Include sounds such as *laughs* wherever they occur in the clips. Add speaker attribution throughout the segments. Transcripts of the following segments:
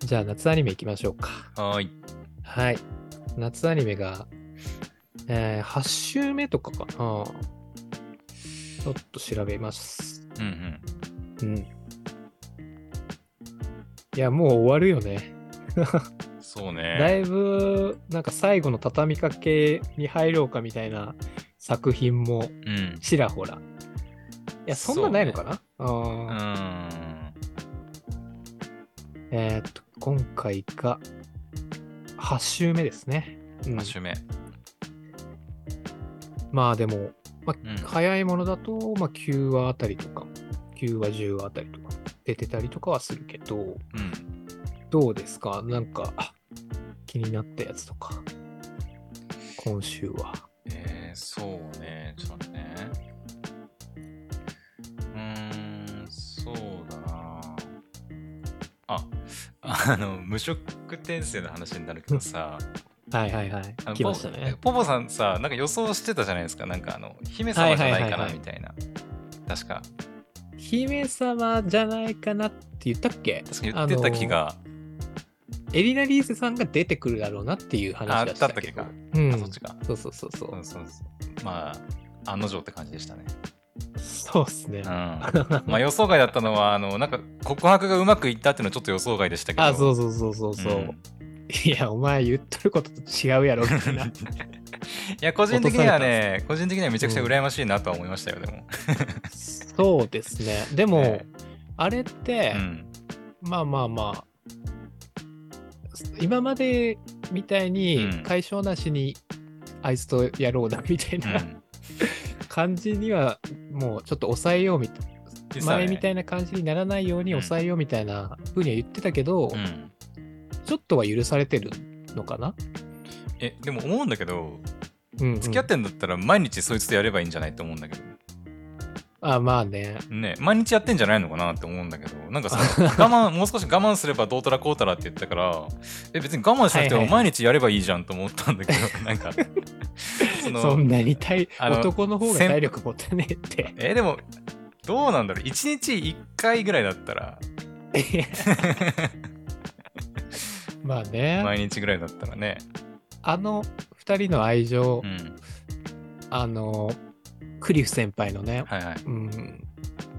Speaker 1: じゃあ夏アニメいきましょうか。
Speaker 2: はーい。
Speaker 1: はい。夏アニメが、えー8週目とかかな。ちょっと調べます。
Speaker 2: うんうん。
Speaker 1: うん。いや、もう終わるよね。
Speaker 2: そう
Speaker 1: だ
Speaker 2: ね。
Speaker 1: いぶ、なんか最後の畳みかけに入ろうかみたいな作品も
Speaker 2: うん。
Speaker 1: ちらほら。いや、そんなないのかなうん
Speaker 2: うーん。
Speaker 1: えーっと、今回が8週目ですね。うん
Speaker 2: 8週目。
Speaker 1: まあでも、まあ
Speaker 2: うん
Speaker 1: 早いものだと、まあ、9話あたりとか、9話、10話あたりとか出てたりとかはするけど、
Speaker 2: うん。
Speaker 1: どうですかなんかあ気になったやつとか、今週は。
Speaker 2: えー、そうね。ちょっと待ってね。うーん、そうだな。あ、あの、無職転生の話になるけ
Speaker 1: *laughs*
Speaker 2: どさ、
Speaker 1: はいはいはい
Speaker 2: あ。の
Speaker 1: 来ましたね。
Speaker 2: ポポポさんさ、なんか予想してたじゃないですか。なんかあの、姫様じゃないか
Speaker 1: はいはいはい
Speaker 2: な
Speaker 1: はい
Speaker 2: みたいな。確か、
Speaker 1: 姫様じゃないかなって言ったっけ
Speaker 2: 確か言ってた気が、
Speaker 1: エリナ・リーセさんが出てくるだろうなっていう話だしたけど。
Speaker 2: あだったっ
Speaker 1: うん
Speaker 2: あ、そっちか。
Speaker 1: そうそうそうそう。
Speaker 2: うん、そうそう。まあ、案の定って感じでしたね。
Speaker 1: そうっすね。
Speaker 2: *laughs* うん、まあ予想外だったのはあのなんか告白がうまくいったっていうのはちょっと予想外でしたけど
Speaker 1: あ、そうそうそうそうそう。
Speaker 2: ん
Speaker 1: いや、お前言っとることと違うやろみたいな。
Speaker 2: いや個人的にはね個人的にはめちゃくちゃ羨ましいなとは思いましたよでも、
Speaker 1: そうですね。でも、
Speaker 2: ね
Speaker 1: あれって
Speaker 2: う、ん、
Speaker 1: まあまあまあ、今までみたいに
Speaker 2: うん
Speaker 1: 解消なしに、あいつとやろうだみたいうな *laughs*
Speaker 2: ん
Speaker 1: 感じには、もうちょっと抑えようみたい
Speaker 2: 実はね
Speaker 1: 前みたいな感じにならないように
Speaker 2: うん
Speaker 1: 抑えようみたいな風には言ってたけど、
Speaker 2: うん、
Speaker 1: ちょっとは許されてるのかな、
Speaker 2: えでも思うんだけど
Speaker 1: うんうん
Speaker 2: 付き合ってんだったら毎日そいつとやればいいんじゃないと思うんだけど
Speaker 1: あまあね
Speaker 2: ね毎日やってんじゃないのかなって思うんだけどなん
Speaker 1: *laughs*
Speaker 2: かさ我慢もう少し我慢すればどうたらこうたらって言ったからえ別に我慢しな
Speaker 1: は
Speaker 2: くて
Speaker 1: い
Speaker 2: も
Speaker 1: はいは
Speaker 2: 毎日やればいいじゃんと思ったんだけど、な
Speaker 1: *laughs*
Speaker 2: んかそ
Speaker 1: そんなに体
Speaker 2: あの
Speaker 1: 男の方が
Speaker 2: 先
Speaker 1: 体力持たねえって
Speaker 2: えーでもどうなんだろう1日1回ぐらいだったら
Speaker 1: まあね、
Speaker 2: 毎日ぐらいだったらね
Speaker 1: あの2人の愛情、
Speaker 2: うん
Speaker 1: あのクリフ先輩のね、
Speaker 2: はいはい
Speaker 1: うん、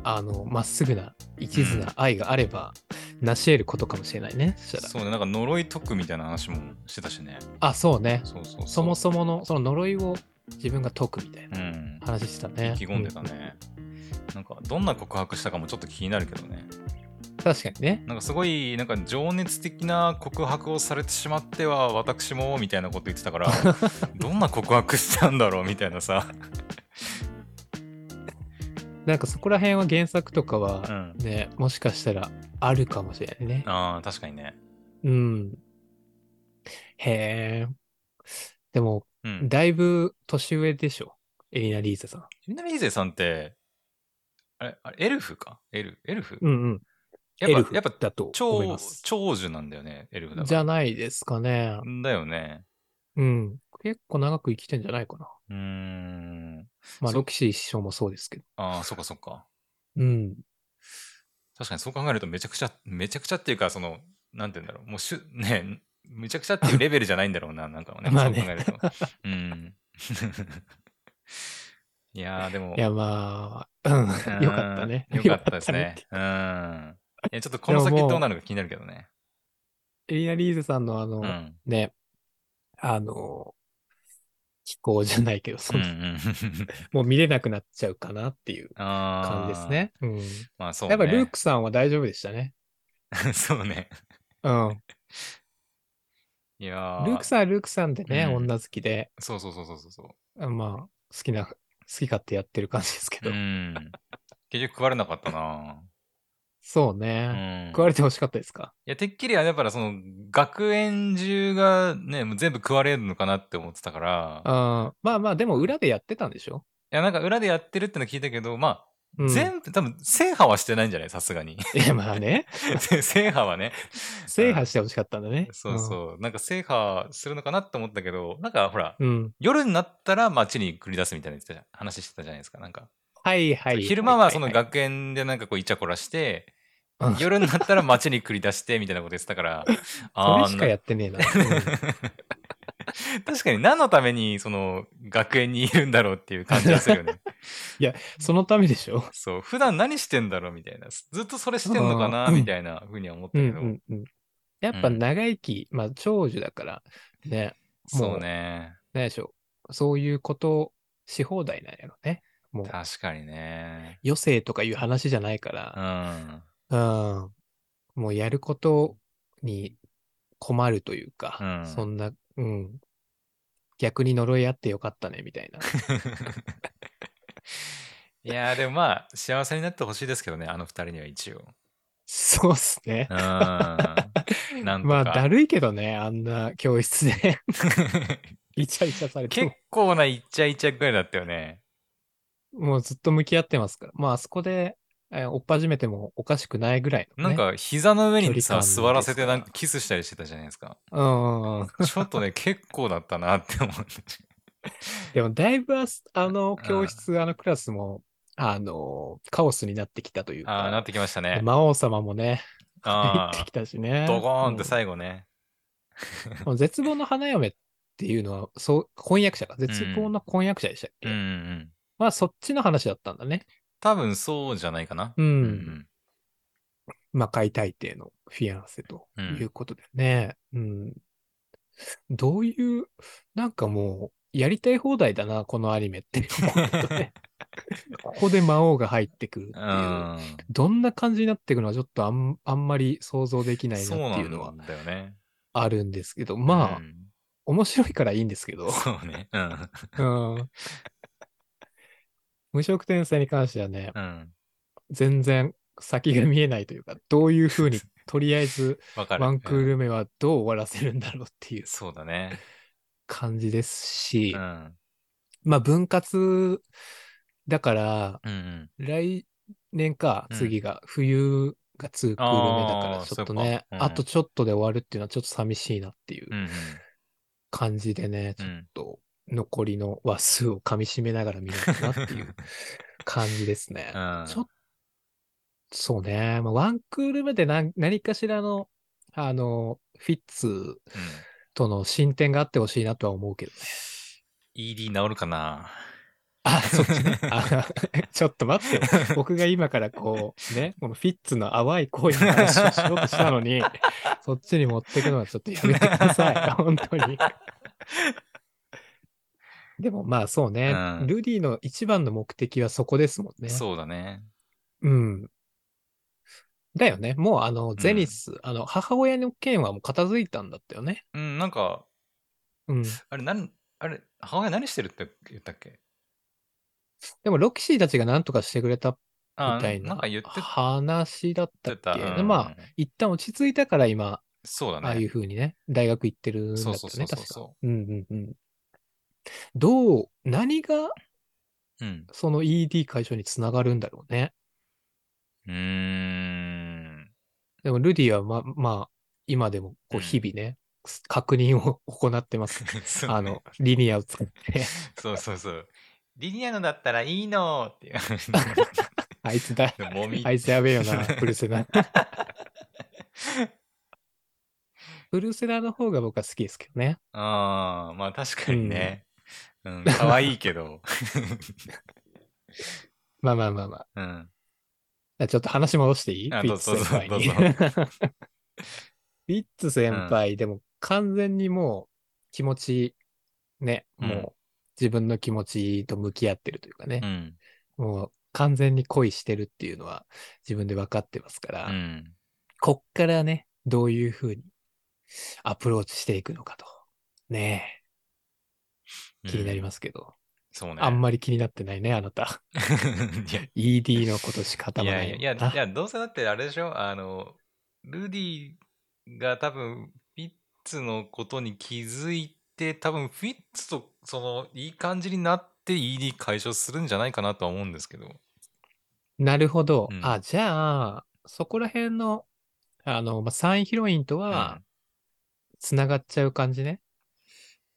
Speaker 1: あのまっすぐな一途な愛があれば、成し得ることかもしれないねそしたら
Speaker 2: そうねなんか呪い解くみたいな話もしてたしね
Speaker 1: あそうね
Speaker 2: そうそうそう
Speaker 1: そもそものその呪いを自分が解くみたいな
Speaker 2: うん
Speaker 1: 話してたね
Speaker 2: 意気込んでたね、なんかどんな告白したかもちょっと気になるけどね
Speaker 1: うん確かにね
Speaker 2: なんかすごいなんか情熱的な告白をされてしまっては私もみたいなこと言ってたからどんな告白したんだろうみたいなさ、
Speaker 1: なんかそこら辺は原作とか
Speaker 2: う
Speaker 1: は
Speaker 2: ん、
Speaker 1: ね、もしかしたらあるかもしれないね
Speaker 2: あー確かにね、
Speaker 1: うんへえでも
Speaker 2: うん、
Speaker 1: だいぶ年上でしょエリナ・リーゼさん
Speaker 2: みんなリーゼさんって、あれ、あれエルフかエルエルフ、
Speaker 1: うんうん
Speaker 2: やっぱ
Speaker 1: エルフ
Speaker 2: やっぱ
Speaker 1: だと思い
Speaker 2: 長
Speaker 1: ます。
Speaker 2: 長寿なんだよね、エルフだ
Speaker 1: じ
Speaker 2: か
Speaker 1: ゃないですかね。
Speaker 2: ら。だよね。
Speaker 1: うん。結構長く生きてんじゃないかな。
Speaker 2: うーん。
Speaker 1: まあ、
Speaker 2: そう
Speaker 1: ロキシー師匠もそうですけど。
Speaker 2: ああ、そっかそっか。
Speaker 1: うん。
Speaker 2: 確かにそう考えるとめちゃくちゃ、めちゃくちゃっていうか、その、なんて言うんだろう。もうしゅ、ね、めちゃくちゃっていうレベルじゃないんだろうな、なんか
Speaker 1: *laughs*
Speaker 2: ね。
Speaker 1: まあね
Speaker 2: そう考えると。うん。 *laughs* いやー、でも。
Speaker 1: いや、まあ、うん。よかったね。
Speaker 2: うんよかったです
Speaker 1: よか
Speaker 2: ね
Speaker 1: っ。
Speaker 2: うん。いや、ちょっとこの先
Speaker 1: でももう
Speaker 2: どうなるか気になるけどね。
Speaker 1: たねエリナ・リーゼさんのあの、
Speaker 2: うん。
Speaker 1: ね、あの、気候じゃないけど、そ
Speaker 2: うんう
Speaker 1: の
Speaker 2: ん。
Speaker 1: もう見れなくなっちゃうかなっていう
Speaker 2: あ
Speaker 1: 感
Speaker 2: あ。
Speaker 1: じです。ね。うん。
Speaker 2: まあそうね。
Speaker 1: やっぱルークさんは大丈夫でしたね。
Speaker 2: *laughs* そうね。
Speaker 1: うん。
Speaker 2: いや
Speaker 1: ルーク
Speaker 2: ん。
Speaker 1: さんはルークさんでね、
Speaker 2: うん
Speaker 1: 女好きで、
Speaker 2: そうそうそうそうそうそ
Speaker 1: あまあ、好きな、好き勝手やってる感じですけ
Speaker 2: う。
Speaker 1: ど。
Speaker 2: うん。結局食われなかったな。
Speaker 1: そう
Speaker 2: う
Speaker 1: ね。
Speaker 2: ん。
Speaker 1: 食われてほしかったですか
Speaker 2: いや、てっきりあれだから、その、学園中がね、もう全部食われるのかなって思ってたから、い
Speaker 1: あーまあまあ、でも裏でやってたんでしょ、
Speaker 2: や、なんか裏でやってるっての聞いたけど、ま
Speaker 1: う
Speaker 2: あ、
Speaker 1: ん、
Speaker 2: 全部、多分、制覇はしてないんじゃないさ
Speaker 1: *laughs*
Speaker 2: すがに。
Speaker 1: いやまあ
Speaker 2: *laughs*
Speaker 1: ね、
Speaker 2: 制覇はね。
Speaker 1: 制覇してほしかったんだね。
Speaker 2: そうそう。なんか制覇するのかなって思ったけど、なんかほら、
Speaker 1: うん。うん。
Speaker 2: 夜になったら街に繰り出すみたいな言ってたじゃん話してたじゃないですか、なんか。
Speaker 1: はいはい。
Speaker 2: 昼間はその
Speaker 1: いい
Speaker 2: 学園でなんかこうイチャコラして、
Speaker 1: うん
Speaker 2: 夜になったら街に繰り出してみたいなこと言ってたから、
Speaker 1: *laughs* そ
Speaker 2: あ
Speaker 1: れしか
Speaker 2: ー
Speaker 1: やってねえな。
Speaker 2: *laughs* な確かに何のためにその学園にいるんだろうっていう感じがするよね。
Speaker 1: *laughs* そのためでしょ。
Speaker 2: *laughs* そう、普段何してんだろうみたいな。ずっとそれしてんのかな
Speaker 1: うん
Speaker 2: みたいなふうには思った
Speaker 1: うん
Speaker 2: けど、
Speaker 1: うんうん。やっぱ長生き、まあ長寿だから、ね、
Speaker 2: そうね。
Speaker 1: 何でしょう。そういうことをし放題なんやろね。もう、
Speaker 2: 確かにね。
Speaker 1: 余生とかいう話じゃないか
Speaker 2: う
Speaker 1: ら、
Speaker 2: ん。
Speaker 1: うん。もうやることに困るというか、
Speaker 2: うん
Speaker 1: そんな、うん。逆に呪いあってよかったね、みたいな。
Speaker 2: いやーでもまあ、幸せになってほしいですけどね、あの二人には一応。
Speaker 1: そうっすね *laughs*
Speaker 2: う。ん。なんとか。
Speaker 1: まあ、だるいけどね、あんな教室
Speaker 2: *laughs*
Speaker 1: で、イチャイチャされて
Speaker 2: 結
Speaker 1: も、
Speaker 2: 構なイチャイチャぐらいだったよね。
Speaker 1: もうずっと向き合ってますから。まあ、あそこで、えー追っ始めてもおかしくないぐらいの、
Speaker 2: なん
Speaker 1: ね。
Speaker 2: か膝の上に
Speaker 1: 距
Speaker 2: さ、
Speaker 1: 離感です
Speaker 2: 座
Speaker 1: から
Speaker 2: らせてなんかキスしたりしてたじゃないですか。
Speaker 1: うんうんうん。
Speaker 2: ちょっとね、結構だったなって思って。
Speaker 1: でも、だいぶあす、あの
Speaker 2: うん、
Speaker 1: 教室、あのクラスも、あの、カオスになってきたという
Speaker 2: ああ、
Speaker 1: か
Speaker 2: なっ、てきましたね。
Speaker 1: 魔王様もね、入
Speaker 2: あ
Speaker 1: ってき
Speaker 2: あ、
Speaker 1: たしね。
Speaker 2: ドゴーンって
Speaker 1: 後。
Speaker 2: 最後ね。
Speaker 1: もう絶望の花嫁っていうのは、そう、婚約者か。絶望の婚約者でしたっけ、
Speaker 2: うんうんうん。
Speaker 1: まあ、そっちの話だったんだね。
Speaker 2: 多分そうじゃないかな。
Speaker 1: うん。
Speaker 2: う
Speaker 1: 魔界大帝のフィアンセと
Speaker 2: うん
Speaker 1: いうことでね。うん。どういう、なんかもう、やりたい放題だな、このアニメって思うと
Speaker 2: *laughs*
Speaker 1: ね。ここで魔王が入ってくるっていう。
Speaker 2: うん。
Speaker 1: どんな感じになっていくのはちょっとあんあんまり想像できない
Speaker 2: そう
Speaker 1: なっ
Speaker 2: な
Speaker 1: ていうのは
Speaker 2: んだよね。
Speaker 1: あるんですけど、まあ、
Speaker 2: うん
Speaker 1: 面白いからいいんですけど、
Speaker 2: *laughs* そうね。う
Speaker 1: う
Speaker 2: ん。
Speaker 1: ん、無色転生に関してはね、
Speaker 2: うん。
Speaker 1: 全然先が見えないというか、どういうふうに、とりあえず
Speaker 2: わかる。
Speaker 1: ワンクー
Speaker 2: うん
Speaker 1: ル目はどう終わらせるんだろうっていう
Speaker 2: そうだね。
Speaker 1: 感じですし
Speaker 2: う、ん。
Speaker 1: まあ分割だから、
Speaker 2: うんうん。
Speaker 1: 来年か、
Speaker 2: うん
Speaker 1: 次が、冬が2クール目だから
Speaker 2: あ、ー
Speaker 1: ちょっとね、
Speaker 2: そうかう
Speaker 1: あ
Speaker 2: ん
Speaker 1: とちょっとで終わるっていうのはちょっと寂しいなっていう
Speaker 2: うんうん。
Speaker 1: 感じでね、
Speaker 2: う
Speaker 1: ちょっ
Speaker 2: ん。
Speaker 1: と残りの話数を噛み締めながら見なきゃなっていう感じですね。
Speaker 2: うん
Speaker 1: ちょっそうね、まあ、ワンクール目で何何かしらの、あの、フィッツ
Speaker 2: うん
Speaker 1: との進展があってほしいなとは思うけどね。
Speaker 2: ED 治るかな
Speaker 1: *laughs* あ、そっちね。あ *laughs* ちょっと待ってよ。僕が今からこう、ね、このフィッツの淡い恋の話をしようとしたの
Speaker 2: *laughs*
Speaker 1: に、そっちに持ってくのはちょっとやめてください。本当に。でもまあそうね、
Speaker 2: うん
Speaker 1: ルディの一番の目的はそこですもんね。
Speaker 2: そうだね。
Speaker 1: うん。だよね。もうあの、ゼニス、あの、母親の件はもう片付いたんだったよね。
Speaker 2: うん、なんか、
Speaker 1: うん。
Speaker 2: あれ、なん、あれ、母親何してるって言ったっけ
Speaker 1: でもロキシーたちが何とかしてくれた
Speaker 2: あ
Speaker 1: みたいなん
Speaker 2: か言って
Speaker 1: 話だったっけ
Speaker 2: た。うん
Speaker 1: まあ、一旦落ち着いたから今、
Speaker 2: そうだね。
Speaker 1: ああいう風にね、大学行ってるんだった
Speaker 2: そ
Speaker 1: ね
Speaker 2: う、そうそうそう
Speaker 1: 確か。
Speaker 2: そ
Speaker 1: うんうんうん。どう、何が
Speaker 2: う。うん。
Speaker 1: その ED 解消につながるんだろうね。
Speaker 2: うーん。
Speaker 1: でもルディはま、まあ、今でもこ
Speaker 2: うん
Speaker 1: う日々ね、確認を行ってます。
Speaker 2: *laughs* そうね
Speaker 1: あの、リニアを使って、
Speaker 2: そうそうそう。リニアのだったらいいのっていう。
Speaker 1: あいつ
Speaker 2: *laughs*
Speaker 1: だ、
Speaker 2: でもみ
Speaker 1: *laughs* あいつやべえよな、ブルセナ。ブルセナの方が僕は好きですけどね。
Speaker 2: *laughs* ああ、まあ確かにね。うん、可愛いけど。 *laughs*
Speaker 1: まあまあまあま
Speaker 2: うん。
Speaker 1: あ。ちょっと話戻していい
Speaker 2: あ
Speaker 1: フィッツ
Speaker 2: どうぞ
Speaker 1: 先輩
Speaker 2: ど
Speaker 1: *laughs*
Speaker 2: う
Speaker 1: に。
Speaker 2: ぞ
Speaker 1: フィッツ先輩、でも完全にもう気持ち、ね、
Speaker 2: うん
Speaker 1: もう自分の気持ちと向き合ってるというか
Speaker 2: う
Speaker 1: ね、
Speaker 2: ん。
Speaker 1: もう完全に恋してるっていうのは自分で分かってますから、
Speaker 2: うん。
Speaker 1: こっからね、どういうふうにアプローチしていくのかと。ねえ、気になり
Speaker 2: す。
Speaker 1: ますけど、
Speaker 2: そうね。
Speaker 1: あん
Speaker 2: ま
Speaker 1: まり気になってないね、あなた。
Speaker 2: *laughs* いや
Speaker 1: ED のことしか
Speaker 2: い
Speaker 1: 頭
Speaker 2: や
Speaker 1: ないい
Speaker 2: や
Speaker 1: の
Speaker 2: いや、
Speaker 1: かない
Speaker 2: やどうせだってあれでしょあの、ルディが多分、フィッツのことに気づいて、多分、フィッツと、その、いい感じになって ED 解消するんじゃないかなとは思うんですけど。
Speaker 1: なるほど。
Speaker 2: うん
Speaker 1: あ、じゃあ、そこら辺の、あの、まあ、3ヒロインと
Speaker 2: う
Speaker 1: は
Speaker 2: ん、
Speaker 1: つながっちゃう感じね。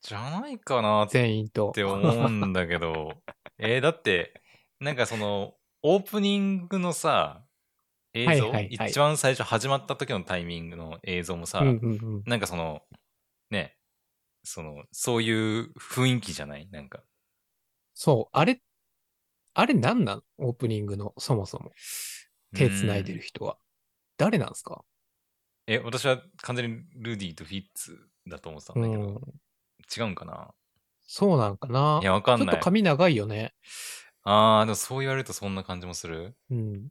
Speaker 2: じゃないかなって
Speaker 1: 全員と。
Speaker 2: 思うんだけ *laughs* ど。えーだって、なんかその、オープニングのさ、映像、
Speaker 1: はいはいはい
Speaker 2: 一番最初始まった時のタイミングの映像もさ、
Speaker 1: うんうんうん。
Speaker 2: なんかその、ね、その、そういう雰囲気じゃないなんか。
Speaker 1: そう、あれ、あれ何なのオープニングの、そもそも。手繋いで
Speaker 2: うん
Speaker 1: る人は。誰なんですか
Speaker 2: え、私は完全にルディとフィッツだと思ってたんだけど、
Speaker 1: うん
Speaker 2: 違うんかな
Speaker 1: そうなんかない
Speaker 2: や、わか
Speaker 1: ちょ
Speaker 2: ん
Speaker 1: っ
Speaker 2: な
Speaker 1: と
Speaker 2: い。
Speaker 1: 髪長いよね。
Speaker 2: あー、でもそう言われるとそんな感じもする。
Speaker 1: うん。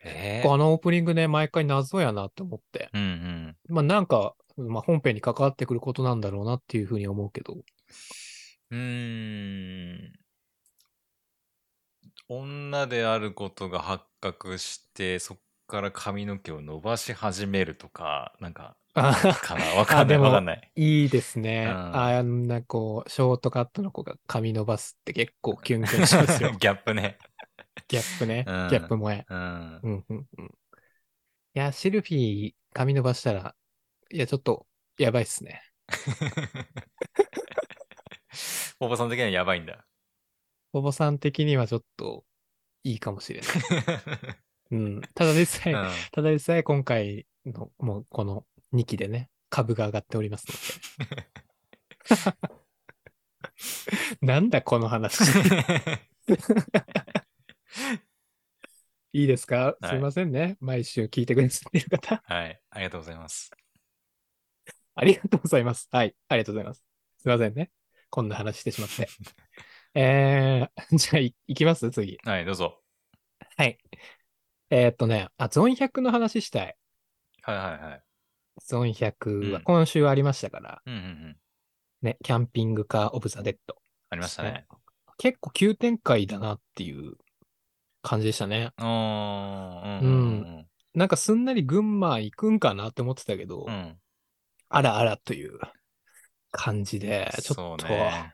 Speaker 2: え
Speaker 1: あ
Speaker 2: ー、
Speaker 1: のオープニングね、毎回謎やなって思って。
Speaker 2: うんうん。
Speaker 1: まあなんか、まあ本編に関わってくることなんだろうなっていうふうに思うけど。
Speaker 2: うーん。女であることが発覚して、そっから髪の毛を伸ばし始めるとか、なんか、
Speaker 1: あ
Speaker 2: か
Speaker 1: *laughs*
Speaker 2: なわかんな
Speaker 1: で
Speaker 2: い
Speaker 1: も
Speaker 2: わかんない。
Speaker 1: いいですね。
Speaker 2: うん
Speaker 1: あんなこう、ショートカットの子が髪伸ばすって結構キュンキュンします
Speaker 2: *laughs*
Speaker 1: よ。
Speaker 2: ギャップね。
Speaker 1: ギャップね。
Speaker 2: うん
Speaker 1: ギャップ萌え。
Speaker 2: うん。
Speaker 1: うんうんうん。いや、シルフィー髪伸ばしたら、いや、ちょっと、やばいっすね。
Speaker 2: *laughs* おばさん的にはやばいんだ。
Speaker 1: おぼさん的にはちょっと、いいかもしれ
Speaker 2: *laughs*
Speaker 1: ない。うん。ただでさ *laughs* え、
Speaker 2: うん
Speaker 1: ただでさえ今回の、もうこの2期でね、株が上がっております
Speaker 2: *laughs*
Speaker 1: ので。なんだこの話。いいですか、
Speaker 2: はい
Speaker 1: すいませんね。毎週聞いてくださっている方。 *laughs*
Speaker 2: はい。ありがとうございます。
Speaker 1: ありがとうございます。はい。ありがとうございます。すいませんね。こんな話してしま
Speaker 2: *laughs*
Speaker 1: って。えー、 *laughs* じゃあい、いきます次。
Speaker 2: はい、どうぞ。
Speaker 1: はい。えーっとね、あ、ゾン100の話したい。
Speaker 2: はいはいはい。
Speaker 1: ゾン100
Speaker 2: う
Speaker 1: は
Speaker 2: ん
Speaker 1: 今週ありましたから、
Speaker 2: うんうんうん。
Speaker 1: ね、キャンピングカー・オブ・ザ・デッド。
Speaker 2: ありましたね。
Speaker 1: 結構急展開だなっていう感じでしたね。
Speaker 2: うーん。うん
Speaker 1: なんかすんなり群馬行くんかなって思ってたけど、
Speaker 2: うんうん。うん。
Speaker 1: あらあらという感じで、ちょ
Speaker 2: そ
Speaker 1: っ
Speaker 2: う
Speaker 1: と、
Speaker 2: ね。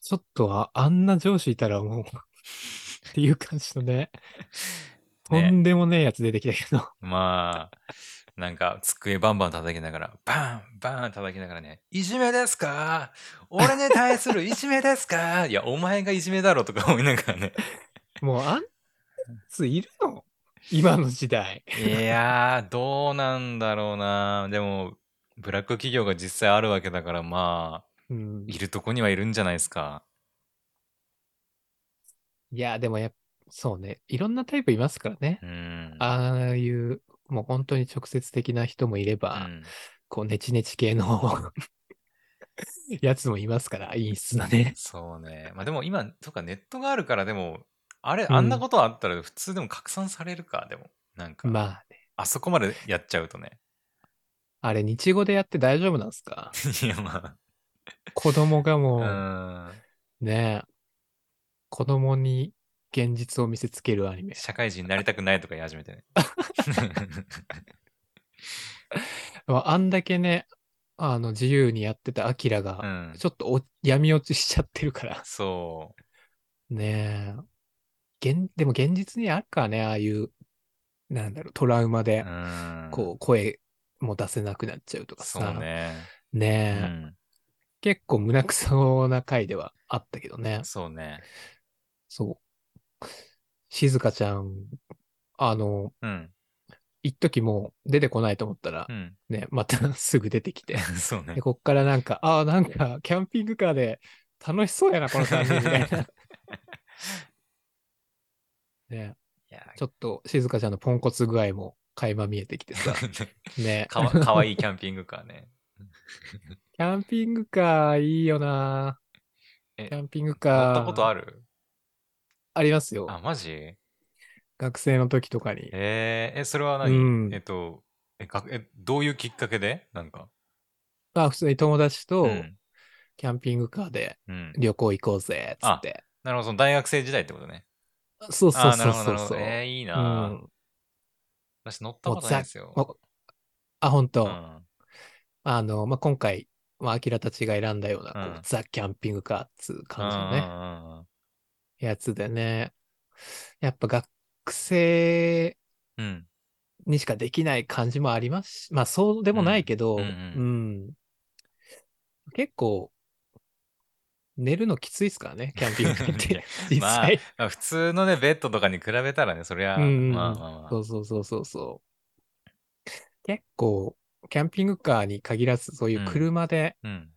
Speaker 1: ちょっとああんな上司いたらもうっていう感じのね、と
Speaker 2: *laughs* ね
Speaker 1: んでもねえやつ出てきたけ
Speaker 2: *laughs*
Speaker 1: ど、
Speaker 2: まあ、なんか机バンバン叩きながら、バンバン叩きながらね、いじめですか俺に対するいじめですかいや、お前がいじめだろとか思いながらね。
Speaker 1: もうあんなやついるの今の時代。
Speaker 2: いやー、どうなんだろうな。でも、ブラック企業が実際あるわけだから、まあ、
Speaker 1: うん、
Speaker 2: いるとこにはいるんじゃないですか。
Speaker 1: いや、でもやっそうね、いろんなタイプいますからね。
Speaker 2: うん。
Speaker 1: ああいう、もう本当に直接的な人もいれば、
Speaker 2: うん、
Speaker 1: こう、ネチネチ系のやつもいますから、陰湿なね。
Speaker 2: そうね。まあでも今、とかネットがあるから、でも、あれ、
Speaker 1: うん
Speaker 2: あんなことあったら普通でも拡散されるか、でも。なんか、
Speaker 1: まあね、
Speaker 2: あそこまでやっちゃうとね。 *laughs*
Speaker 1: あれ、日語でやって大丈夫なんですか
Speaker 2: いや、ま
Speaker 1: 子供がもう、
Speaker 2: あ、うん。
Speaker 1: ねえ、子供に現実を見せつけるアニメ。
Speaker 2: 社会人になりたくないとか言い始めてね。
Speaker 1: *laughs* まああんだけね、あの、自由にやってたアキラ
Speaker 2: う
Speaker 1: が、
Speaker 2: ん。
Speaker 1: ちょっとお闇落ちしちゃってるから。 *laughs*
Speaker 2: そう。
Speaker 1: ねえ。現でも現実にあるからね、ああいう、なんだろう、トラウマで
Speaker 2: う、ん。
Speaker 1: こう、声も出せなくなっちゃうとかさ。
Speaker 2: そうね。う
Speaker 1: ねえ。
Speaker 2: ん。
Speaker 1: 結構胸くそな回ではあったけどね。
Speaker 2: そうね。
Speaker 1: そう。静香ちゃん、あの、
Speaker 2: うん。
Speaker 1: 一時もう出てこないと思ったら
Speaker 2: う、ん。 *laughs*
Speaker 1: ね、また *laughs* すぐ出てきて。
Speaker 2: そうね
Speaker 1: で、。こっからなんか、ああ、なんか、キャンピングカーで楽しそうやな、この3人みたい
Speaker 2: *laughs*
Speaker 1: な。ね、
Speaker 2: いや
Speaker 1: ちょっと静香ちゃんのポンコツ具合も垣間見えてきてさ。ね、
Speaker 2: *laughs* かわかわいいキャンピングカーね。
Speaker 1: キャンピングカーいいよなキ
Speaker 2: え
Speaker 1: ャンピング
Speaker 2: 乗
Speaker 1: カー。
Speaker 2: ったことあ
Speaker 1: る
Speaker 2: る
Speaker 1: ありますよ。
Speaker 2: あ、マジ
Speaker 1: 学生の時とかに。
Speaker 2: えー、え、それは
Speaker 1: う
Speaker 2: 何、
Speaker 1: ん
Speaker 2: えっ。とえかえ、どういうきっかけでなんか。
Speaker 1: まあ、普通に友達と
Speaker 2: ん。
Speaker 1: キャンピングカーで
Speaker 2: うん、
Speaker 1: 旅行行こうぜ、つって。
Speaker 2: なるほど、その大学生時代ってことね。
Speaker 1: そうそう
Speaker 2: あーな
Speaker 1: そ
Speaker 2: る
Speaker 1: う
Speaker 2: ほど、な
Speaker 1: そう
Speaker 2: るほ
Speaker 1: そ
Speaker 2: ど。
Speaker 1: う。
Speaker 2: えー、いいうな、
Speaker 1: ん
Speaker 2: 私乗ったことないですよ。
Speaker 1: おあ、本当、
Speaker 2: うん。
Speaker 1: あの、まあ、今回、まあ、アキラたちが選んだような、こう
Speaker 2: うん
Speaker 1: ザ・キャンピングカーっつう感じの
Speaker 2: う
Speaker 1: ね、
Speaker 2: んうん
Speaker 1: やつでね、やっぱ学生
Speaker 2: う
Speaker 1: *laughs*
Speaker 2: んうん。
Speaker 1: にしかできない感じもありますし、まあ、そうでもないけど、
Speaker 2: う
Speaker 1: うんん。
Speaker 2: うんう
Speaker 1: 結構、寝るのきついですから
Speaker 2: *laughs*
Speaker 1: ね、キャンピングっ
Speaker 2: いや
Speaker 1: て。実
Speaker 2: まあ
Speaker 1: 際。
Speaker 2: まあ普通のね、ベッドとかに比べたらね、そりゃ、
Speaker 1: うんうんうん
Speaker 2: まあまあま
Speaker 1: そうそうそうそうそう。結構、キャンピングカーに限らず、そういう車で、
Speaker 2: あ。うん。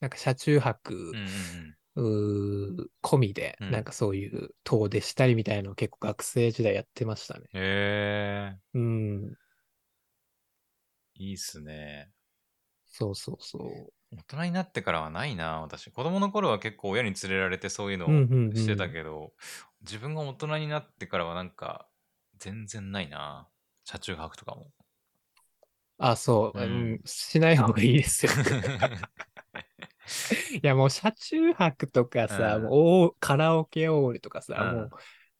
Speaker 1: なんか車中泊
Speaker 2: うんうん、
Speaker 1: うー込みで、
Speaker 2: うん
Speaker 1: なんかそういう遠出したりみたいなの結構学生時代やってましたね。
Speaker 2: え
Speaker 1: うん。
Speaker 2: えいいっすね。
Speaker 1: そうそうそう。
Speaker 2: 大人になってからはないな、私。子供の頃は結構親に連れられてそういうの
Speaker 1: うん
Speaker 2: を
Speaker 1: うんうん
Speaker 2: してたけど、自分が大人になってからはなんか、全然ないな。車中泊とかも。
Speaker 1: あ、そう、
Speaker 2: うん
Speaker 1: うん。しない方がいいです
Speaker 2: *laughs*
Speaker 1: よ。いや、もう車中泊とかさ、
Speaker 2: うん
Speaker 1: もうおカラオケオールとかさ、
Speaker 2: うん
Speaker 1: もう、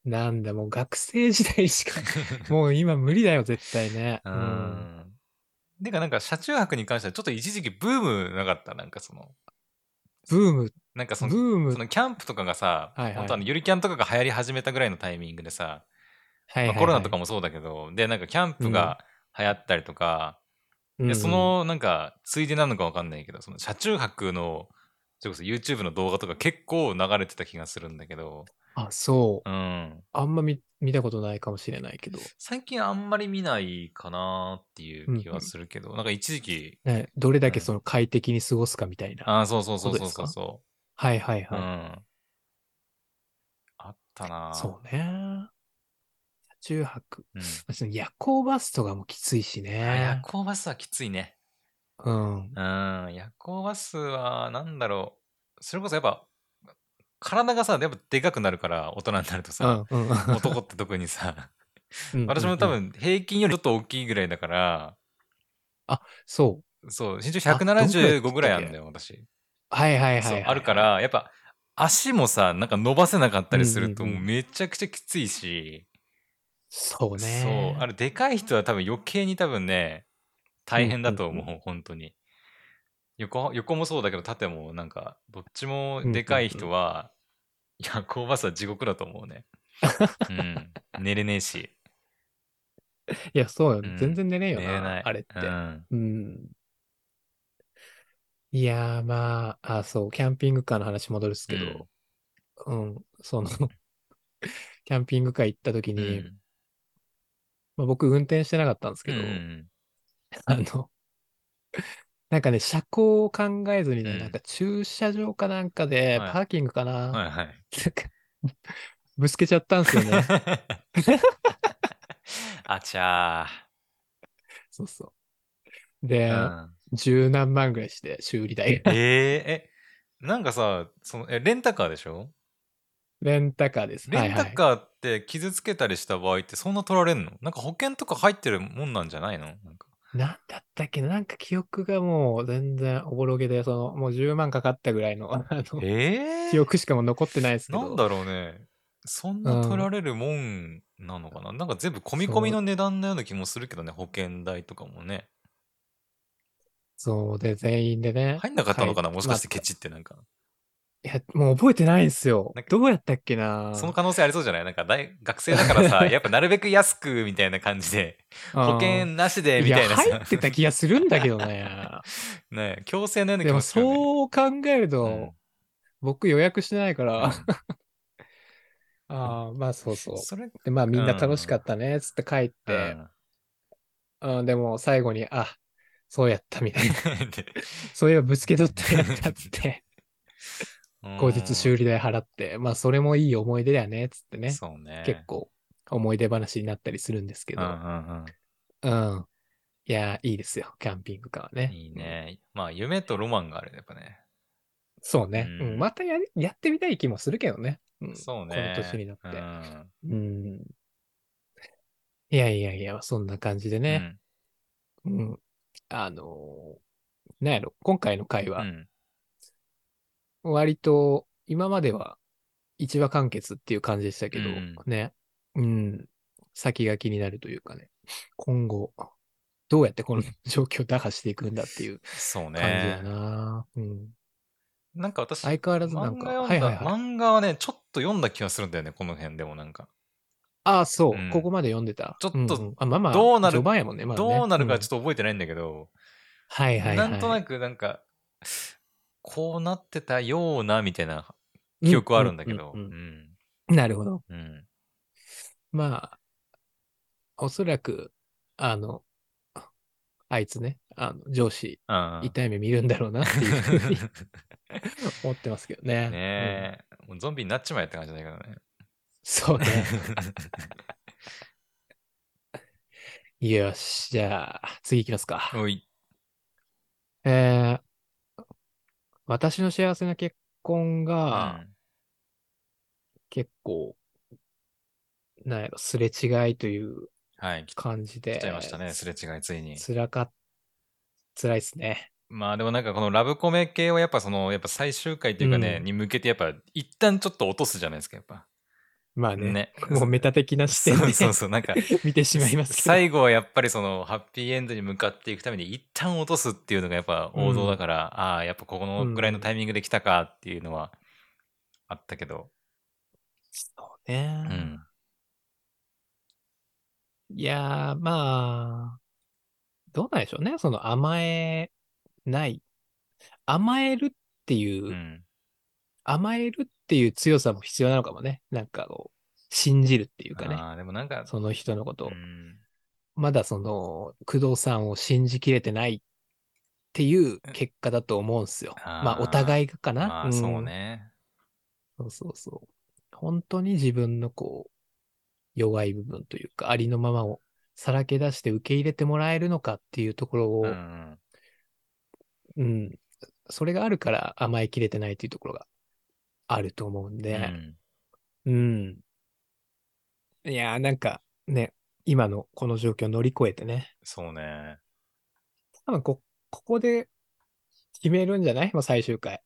Speaker 1: なんだ、もう学生時代し
Speaker 2: *laughs*
Speaker 1: か、もう今無理だよ、絶対ね。*laughs*
Speaker 2: う
Speaker 1: うん
Speaker 2: ん。てかなんか車中泊に関してはちょっと一時期ブームなかったなんかその
Speaker 1: ブーム、
Speaker 2: なんかそ
Speaker 1: ブ
Speaker 2: の
Speaker 1: ーム
Speaker 2: そ。のキャンプとかがさ、
Speaker 1: はいはい
Speaker 2: 本当あのゆるキャンとかが流行り始めたぐらいのタイミングでさ、
Speaker 1: はい
Speaker 2: ま
Speaker 1: は
Speaker 2: あ
Speaker 1: いはい
Speaker 2: コロナとかもそうだけどでなんかキャンプが流行ったりと
Speaker 1: うん
Speaker 2: か、
Speaker 1: う
Speaker 2: で
Speaker 1: ん
Speaker 2: そのなんかついでなのかわかんないけどその車中泊のそれこそ YouTube の動画とか結構流れてた気がするんだけど、
Speaker 1: あ、そう。
Speaker 2: うん、
Speaker 1: あんま見見たことないかもしれないけど。
Speaker 2: 最近あんまり見ないかなっていう気はするけど、なんか一時期
Speaker 1: ね、どれだけ
Speaker 2: うん
Speaker 1: その快適に過ごすかみたいな。
Speaker 2: ああそうそうそうそう
Speaker 1: そ
Speaker 2: そうう
Speaker 1: です
Speaker 2: そ、
Speaker 1: はいはいう
Speaker 2: う
Speaker 1: は。
Speaker 2: ん、あったない
Speaker 1: そうね。車中泊。
Speaker 2: うん、
Speaker 1: その夜行バスとかもきついし
Speaker 2: あ夜
Speaker 1: ね。
Speaker 2: 行バスはきついね
Speaker 1: うん。
Speaker 2: うん、夜行バスは、なんだろう。それこそやっぱ、体がさ、やっぱでかくなるから、大人になると
Speaker 1: う
Speaker 2: さ、
Speaker 1: ん。うん
Speaker 2: 男って特にさ、
Speaker 1: うん
Speaker 2: 私も多。
Speaker 1: うん
Speaker 2: 分平均よりちょっと大きいぐらいだから、
Speaker 1: そう。
Speaker 2: そう、身長
Speaker 1: あどんぐらいだったっ
Speaker 2: 175
Speaker 1: け
Speaker 2: ぐらいあるんだよ、私。
Speaker 1: はいはいはい
Speaker 2: そ
Speaker 1: は
Speaker 2: う
Speaker 1: い。
Speaker 2: あるか。ら、やっぱ、足もさ、なんか伸ばせなかったりすると、
Speaker 1: うんうん
Speaker 2: も
Speaker 1: う
Speaker 2: うんめちゃくちゃきついし、
Speaker 1: そうね。
Speaker 2: そう、あれ、でかい人は多分余計に多分ね、大変だと思う、
Speaker 1: う
Speaker 2: 本当に。横、横もそうだけど、縦もなんか、どっちも
Speaker 1: んうん
Speaker 2: でかい人は、いや、コーバスは地獄だと思
Speaker 1: *laughs*
Speaker 2: うね。うん。寝れねえし。
Speaker 1: いや、そうよ
Speaker 2: う。ん
Speaker 1: 全然寝れん
Speaker 2: 寝
Speaker 1: よ
Speaker 2: れない。
Speaker 1: な。あれって。
Speaker 2: うん。
Speaker 1: うん。いやー、まあ、あ、そう、キャンピングカーの話戻るっすけど、うん、その、 *laughs* キャンピングカー行った時
Speaker 2: うん。
Speaker 1: に、まあ、僕運転してなかったんです
Speaker 2: う
Speaker 1: けど、
Speaker 2: ん。
Speaker 1: *laughs* あの、なんかね、車高を考えずにね、
Speaker 2: うん
Speaker 1: なんか駐車場かなんかで、
Speaker 2: はい
Speaker 1: パーキングかな、
Speaker 2: はいはい。
Speaker 1: なんかぶつけちゃったんですよ
Speaker 2: *laughs*
Speaker 1: ね。
Speaker 2: あちゃ
Speaker 1: そうそう。で、
Speaker 2: ー。うん
Speaker 1: 十何万ぐらいして、修理代
Speaker 2: え
Speaker 1: が。
Speaker 2: ーえ、なんかさ、その、え、レンタカーでしょ
Speaker 1: *laughs* レンタカーです。
Speaker 2: レン
Speaker 1: は
Speaker 2: タ
Speaker 1: いはい
Speaker 2: カーって傷つけたりした場合ってそんな取られんのなんか保険とか入ってるもんなんじゃないのなんか
Speaker 1: なんだったっけななんか記憶がもう全然おぼろげで、その、もう10万かかったぐらいの、あの、
Speaker 2: え
Speaker 1: 記憶しかもう残ってないですけど。
Speaker 2: なんだろうね。そんな取られるもんなのかな、なんか全部込み込みの値段のような気もするけどね、保険代とかもね。
Speaker 1: そうで、全員でね。
Speaker 2: 入んなかったのかな、
Speaker 1: はい
Speaker 2: もしかして
Speaker 1: まあ
Speaker 2: ケチってなんか。
Speaker 1: いや、もう覚えてないんですよ
Speaker 2: なん。か
Speaker 1: どうやったっけな
Speaker 2: その可能性ありそうじゃないなんか大学生だか
Speaker 1: *laughs*
Speaker 2: らさ、やっぱなるべく安くみたいな感じで、保険なし
Speaker 1: うん
Speaker 2: で
Speaker 1: い
Speaker 2: みた
Speaker 1: や、
Speaker 2: いなさ。
Speaker 1: 入ってた気がするんだけどね。
Speaker 2: ね強制のような気
Speaker 1: で
Speaker 2: も
Speaker 1: も、
Speaker 2: するよね。
Speaker 1: そう考えると、
Speaker 2: うん
Speaker 1: 僕予約してないから、
Speaker 2: うん
Speaker 1: あ *laughs* あー、まあそうそう。
Speaker 2: それって、
Speaker 1: で、まあみんな楽しかったね、つって帰って、うん、でも最後に、あ、そうやったみたいな。 *laughs* そういえばぶつけとったやったって、
Speaker 2: *laughs*
Speaker 1: 後日修理代払って、まあそれもいい思い出だよね、つって
Speaker 2: 理
Speaker 1: ね。
Speaker 2: そうね。
Speaker 1: 結構思い出話になったりするんですけ
Speaker 2: うんう
Speaker 1: ど、
Speaker 2: ん
Speaker 1: うん。いや、いいですよ、キャンピングカーは
Speaker 2: う
Speaker 1: ね
Speaker 2: ん。。いい。ね。まあ、夢とロマンがあるね、やっぱね。
Speaker 1: そうね。
Speaker 2: う
Speaker 1: うんん、またやりやってみたい気もするけどね。うん、
Speaker 2: そうね。
Speaker 1: この年になって
Speaker 2: うん
Speaker 1: うん。いやいやいや、そんな感じでね。うん。あのーなんやろ、今回の回
Speaker 2: うん。う
Speaker 1: は、
Speaker 2: ん
Speaker 1: 割と、今までは一話完結っていう感じでしたけど、
Speaker 2: うん
Speaker 1: ね。うん。先が気になるというかね。今後、どうやってこの状況を打破していくんだっていう
Speaker 2: そう
Speaker 1: 感じだ
Speaker 2: ね。
Speaker 1: な、うん。
Speaker 2: なんか私、漫
Speaker 1: 相変わらず
Speaker 2: 画
Speaker 1: なんか、
Speaker 2: 読ん
Speaker 1: はいはい
Speaker 2: だ、
Speaker 1: はい。
Speaker 2: 漫画はね、ちょっと読んだ気がするんだよね、この辺でもなんか。
Speaker 1: ああ、そう、
Speaker 2: うん
Speaker 1: ここまで読んでた。
Speaker 2: ちょっと
Speaker 1: うんうんあ、まあまあ、
Speaker 2: どうなる
Speaker 1: 序盤やもんね、まだね
Speaker 2: どうなるかちょっ
Speaker 1: ん
Speaker 2: と覚えてないんと覚えてないんだけど、
Speaker 1: はいはいはい。
Speaker 2: なんとなくなんか、こうなってたようなみたいな記憶はあるんだけど。
Speaker 1: う
Speaker 2: うん
Speaker 1: うんうん
Speaker 2: ん。
Speaker 1: うんなるほど。
Speaker 2: うん。
Speaker 1: まあ、おそらく、あの、あいつね、あの上司、
Speaker 2: ああ
Speaker 1: 痛い目見るんだろうなっていうふう
Speaker 2: *laughs*
Speaker 1: に思ってますけどね。うん
Speaker 2: ねえ、もうゾンビになっちまえって感じだけどね。
Speaker 1: そうね。
Speaker 2: *laughs*
Speaker 1: *laughs* よし、じゃあ、次行きますか。
Speaker 2: おい。
Speaker 1: えー私の幸せな結婚が、結構、なんやろ、すれ違いという
Speaker 2: うんはい。来
Speaker 1: 感じで。
Speaker 2: ちゃいましたね、すれ違い、ついに。
Speaker 1: 辛かっ、辛いっすね。
Speaker 2: まあでもなんかこのラブコメ系はやっぱその、やっぱ最終回というかね、
Speaker 1: うん
Speaker 2: に向けてやっぱ一旦ちょっと落とすじゃないですか、やっぱ。
Speaker 1: まあね、
Speaker 2: ね
Speaker 1: もうメタ的な視点
Speaker 2: そ
Speaker 1: で
Speaker 2: うそうそう、なんか。
Speaker 1: *laughs* 見てしまいますけど。
Speaker 2: 最後はやっぱりそのハッピーエンドに向かっていくために一旦落とすっていうのがやっぱ王道だから、ああやっぱここのぐらいのタイミングで来たかっていうのはあったけど、
Speaker 1: そうね
Speaker 2: う、ん、
Speaker 1: いやー、まあ、どうなんでしょうね。その甘えない。甘えるっていう、
Speaker 2: うん、
Speaker 1: 甘えるっていう強さも必要なのかもね。なんかこう、信じるっていうかね。
Speaker 2: ああでもなんか、
Speaker 1: その人のことを。
Speaker 2: うん
Speaker 1: まだその、工藤さんを信じきれてないっていう結果だと思うんすよ。
Speaker 2: あー
Speaker 1: まあ、お互いがかな。
Speaker 2: ま
Speaker 1: う
Speaker 2: あ
Speaker 1: ん
Speaker 2: そうね、
Speaker 1: そうそうそう。本当に自分のこう、弱い部分というか、ありのままをさらけ出して受け入れてもらえるのかっていうところを、
Speaker 2: う
Speaker 1: うん、
Speaker 2: うんん、
Speaker 1: それがあるから甘えきれてないというところがあると思うん
Speaker 2: う
Speaker 1: で、
Speaker 2: ん
Speaker 1: うん。いやー、なんかね、今のこの状況を乗り越えてね、
Speaker 2: そうね *laughs*
Speaker 1: 多分こ、ここで決めるんじゃないもう最終回。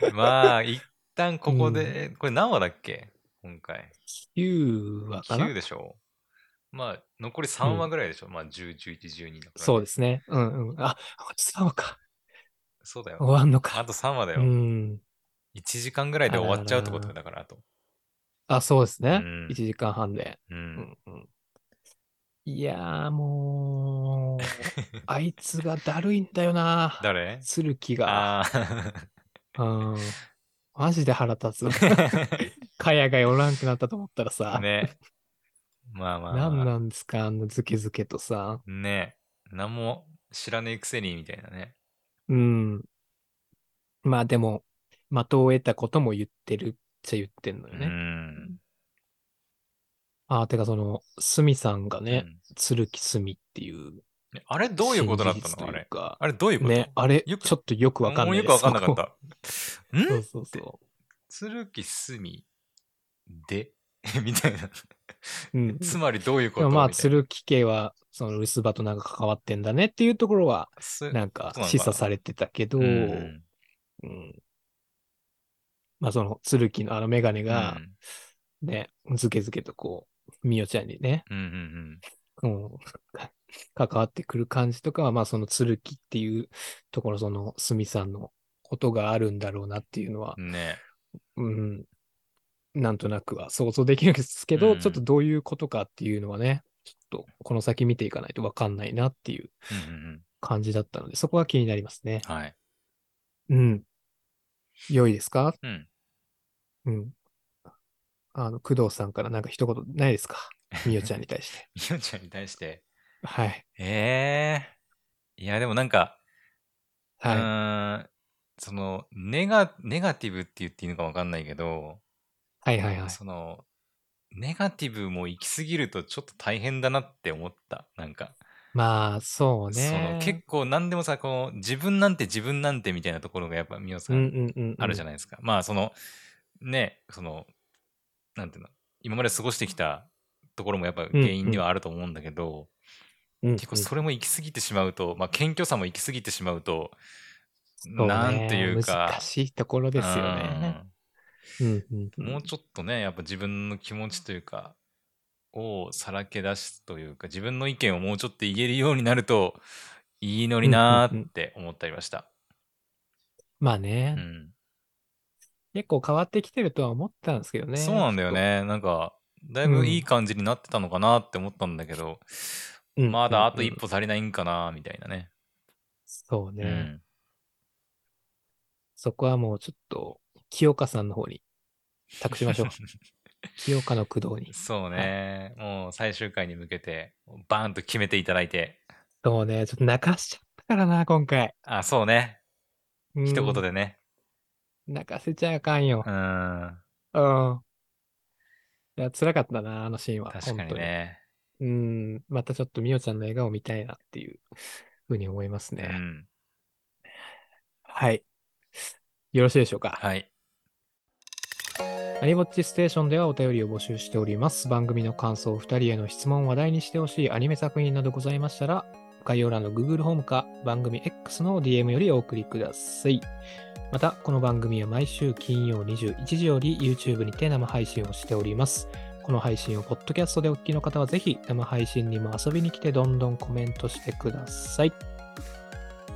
Speaker 1: そ *laughs* の
Speaker 2: まあ一旦ここで、これ何話だっけ今回
Speaker 1: 9話かな
Speaker 2: 9でしょまあ残り3話ぐらいでしょ、まあ101112だから、
Speaker 1: そうですね。うんうん。あ、3話か。
Speaker 2: そうだよ
Speaker 1: 終わんの
Speaker 2: あ
Speaker 1: か。
Speaker 2: と3話だ
Speaker 1: う
Speaker 2: よ、
Speaker 1: ん。
Speaker 2: 1時間ぐらいで終わっちゃうってことよだからあと。
Speaker 1: あ、そうです
Speaker 2: う
Speaker 1: ね。
Speaker 2: ん
Speaker 1: 1時間半で。
Speaker 2: う
Speaker 1: うんんうんいやーもう、あいつがだるいんだよ
Speaker 2: *laughs*
Speaker 1: な。
Speaker 2: 誰
Speaker 1: 鶴木が。
Speaker 2: ああ。
Speaker 1: うん。マジで腹立つ。
Speaker 2: *laughs*
Speaker 1: かやがおらんくなったと思ったらさ、
Speaker 2: ね。まあまあ、まあ。
Speaker 1: 何なんですか、あのズケズケとさ。
Speaker 2: ね。何も知らねえくせにみたいなね。
Speaker 1: うん。まあでも、的を得たことも言ってるっちゃ言ってんのよね。
Speaker 2: うん。
Speaker 1: あーてかその、スミさんがね
Speaker 2: う、ん
Speaker 1: 鶴木スミっていう。
Speaker 2: あれどういうことだったのあれ。
Speaker 1: か
Speaker 2: あれどういうこと
Speaker 1: ね、あれ、ち
Speaker 2: よく
Speaker 1: ょっとよくわかん
Speaker 2: も
Speaker 1: な
Speaker 2: う
Speaker 1: い
Speaker 2: よ
Speaker 1: で
Speaker 2: く
Speaker 1: す。
Speaker 2: わかんなかっ
Speaker 1: そこ。
Speaker 2: *laughs* た。
Speaker 1: そうんそうそ
Speaker 2: 鶴木隅で *laughs* みたいな。
Speaker 1: う。うん。
Speaker 2: つまりどういうこ
Speaker 1: で
Speaker 2: と
Speaker 1: もまあ、
Speaker 2: みたいな
Speaker 1: 鶴木家は、その留守場となんか関わってんだねっていうところは、
Speaker 2: す
Speaker 1: なんか
Speaker 2: そうなのかな
Speaker 1: 示唆されてたけど、
Speaker 2: う
Speaker 1: うん
Speaker 2: ん
Speaker 1: まあ、その鶴木のあのメガネ
Speaker 2: う
Speaker 1: が、
Speaker 2: ん
Speaker 1: ね、ずけずけとこう、みよちゃんにね、
Speaker 2: うんうん
Speaker 1: うん、 *laughs* 関わってくる感じとかは、まあ、その鶴木っていうところ、その、すみさんのことがあるんだろうなっていうのは
Speaker 2: う、ん。ね。
Speaker 1: うん、なんとなくは想像できるんですけど、
Speaker 2: うん
Speaker 1: ちょっとどういうことかっていうのはね、ちょっとこの先見ていかないとわかんないなっていう
Speaker 2: うんうん
Speaker 1: 感じだったので、そこは気になりますね。
Speaker 2: うん。はい。
Speaker 1: うん。良いですか
Speaker 2: うん。 *laughs*
Speaker 1: うん。あの、工藤さんからなんか一言ないですか
Speaker 2: *laughs*
Speaker 1: みよちゃんに対して。
Speaker 2: みよちゃんに対して、
Speaker 1: はい。
Speaker 2: ええいや、でもなんか、う
Speaker 1: は
Speaker 2: ーんそのネガ、ネガティブって言っていいのかわかんないけど、
Speaker 1: い。はいはいはい。
Speaker 2: その、ネガティブも行き過ぎるとちょっと大変だなって思った。なんか、
Speaker 1: まあ、そう
Speaker 2: そ
Speaker 1: ね
Speaker 2: の。結構何でもさ、この自分なんて自分なんてみたいなところがやっぱみよさ
Speaker 1: うん
Speaker 2: ん
Speaker 1: うんうんうん。
Speaker 2: あるじゃ
Speaker 1: ない
Speaker 2: ないですか。まあそのねそのなんていうの今まで過ごしてきたところもやっぱ原因ではあると思うんだけど、結構それも行き過ぎてしまうと、まあ、謙虚さも行き過ぎてしまうとなんていうか
Speaker 1: 難しいところですよね。うんうんう
Speaker 2: うん
Speaker 1: ん。
Speaker 2: もうちょっとねやっぱ自分の気持ちというかをさらけ出すというか自分の意見をもうちょっと言えるようになるといいのになーって思ったりました。
Speaker 1: まあ
Speaker 2: う
Speaker 1: ね、
Speaker 2: ん
Speaker 1: 結構変わってきてるとは思ったんですけどね。
Speaker 2: そうなんだよね。なんか、だいぶいい感じになってたのかなって思ったんだけど、
Speaker 1: うん。
Speaker 2: まだあと
Speaker 1: うん
Speaker 2: 一歩足りないんかな、みたいなね。
Speaker 1: そうね、
Speaker 2: うん
Speaker 1: そこはもうちょっと、清岡さんの方に託しまし
Speaker 2: *laughs*
Speaker 1: ょう。清岡の工藤に。
Speaker 2: そうね、もう最終回に向けて、バーンと決めていただいて、
Speaker 1: そうね、ちょっと泣かしちゃったからな、今回。
Speaker 2: あ、そうね、
Speaker 1: うん
Speaker 2: 一言。でね。
Speaker 1: 泣かせちゃあかんよ
Speaker 2: う。ん、
Speaker 1: うん。いや、辛かったな、あのシーンは。
Speaker 2: 確か
Speaker 1: 本
Speaker 2: に
Speaker 1: 当
Speaker 2: ね。
Speaker 1: うん。またちょっとみおちゃんの笑顔見たいなっていうふうに思います
Speaker 2: う
Speaker 1: ね。
Speaker 2: ん、
Speaker 1: はい。よろしいでしょうか。
Speaker 2: はい。
Speaker 1: アニぼっちステーションではお便りを募集しております。番組の感想、2人への質問、話題にしてほしいアニメ作品などございましたら、概要欄の Google ホームか番組 X の DM よりお送りください。また、この番組は毎週金曜21時より YouTube にて生配信をしております。この配信をポッドキャストでお聞きの方はぜひ生配信にも遊びに来てどんどんコメントしてください。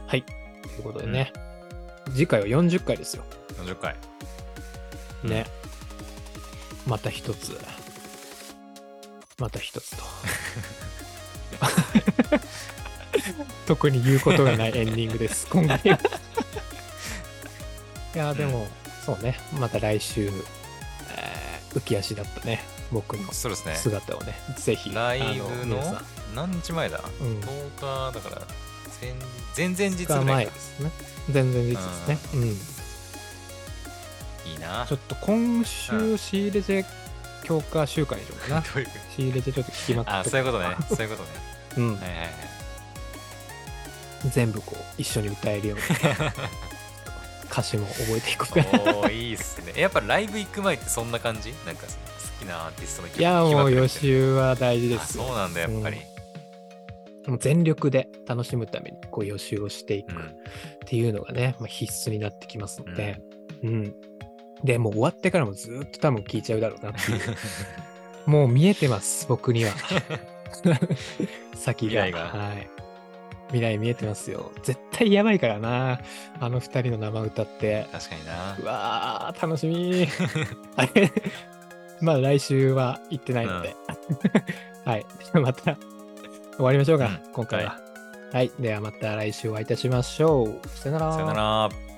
Speaker 1: はい。ということでね、次回は40回ですよ。
Speaker 2: 40回。
Speaker 1: ね。また一つ。また一つ
Speaker 2: *laughs*
Speaker 1: と。特に言うことがないエンディングです、今回
Speaker 2: *laughs*
Speaker 1: は。いや、でも、そうね。また来週、えー浮き足だったね。僕の
Speaker 2: そうですね。
Speaker 1: 姿をね、ぜひ、
Speaker 2: ライ
Speaker 1: あ
Speaker 2: ブ
Speaker 1: 皆
Speaker 2: の
Speaker 1: さん
Speaker 2: 何日前だ、
Speaker 1: うん
Speaker 2: ?10 日だから前前々日ぐ
Speaker 1: が
Speaker 2: ら
Speaker 1: 前
Speaker 2: いか
Speaker 1: ですね。全然実ですね。うん。
Speaker 2: いいな。
Speaker 1: ちょっと今週、仕入れて強化集会にしようかな
Speaker 2: *laughs* どういう
Speaker 1: 仕入れてちょっと聞きまくっ
Speaker 2: あ
Speaker 1: と
Speaker 2: そういうこと
Speaker 1: *laughs*
Speaker 2: ねそういうことね
Speaker 1: うん
Speaker 2: はいはいはい
Speaker 1: 全部こう一緒に歌えるように歌詞も覚えていこうかな。
Speaker 2: おーいいっすねえ *laughs* やっぱライブ行く前ってそんな感じなんかその好きなアーティストの
Speaker 1: *laughs*
Speaker 2: 曲
Speaker 1: いやもう
Speaker 2: 聴きまくる
Speaker 1: 予
Speaker 2: みたい
Speaker 1: 習は大事
Speaker 2: な
Speaker 1: で *laughs*
Speaker 2: あ
Speaker 1: す。
Speaker 2: そうなんだやっぱり
Speaker 1: もう全力で楽しむためにこう予習をしていく
Speaker 2: うん、
Speaker 1: っていうのがね、まあ、必須になってきますので、うんでもう終わってからもずっと多分聞いちゃうだろうなっていう *laughs* もう見えてます僕 *laughs* には先が
Speaker 2: 未来が
Speaker 1: はい、未来見えてますよ絶対やばいからなあの二人の生歌って
Speaker 2: 確かにな
Speaker 1: うわー、楽し *laughs* みー。あれまあ来週は行ってないので。はい。 *laughs* また終わりましょうか、
Speaker 2: う
Speaker 1: 今回は、はい。ではまた来週お会いいたしましょう。さよなら
Speaker 2: さよなら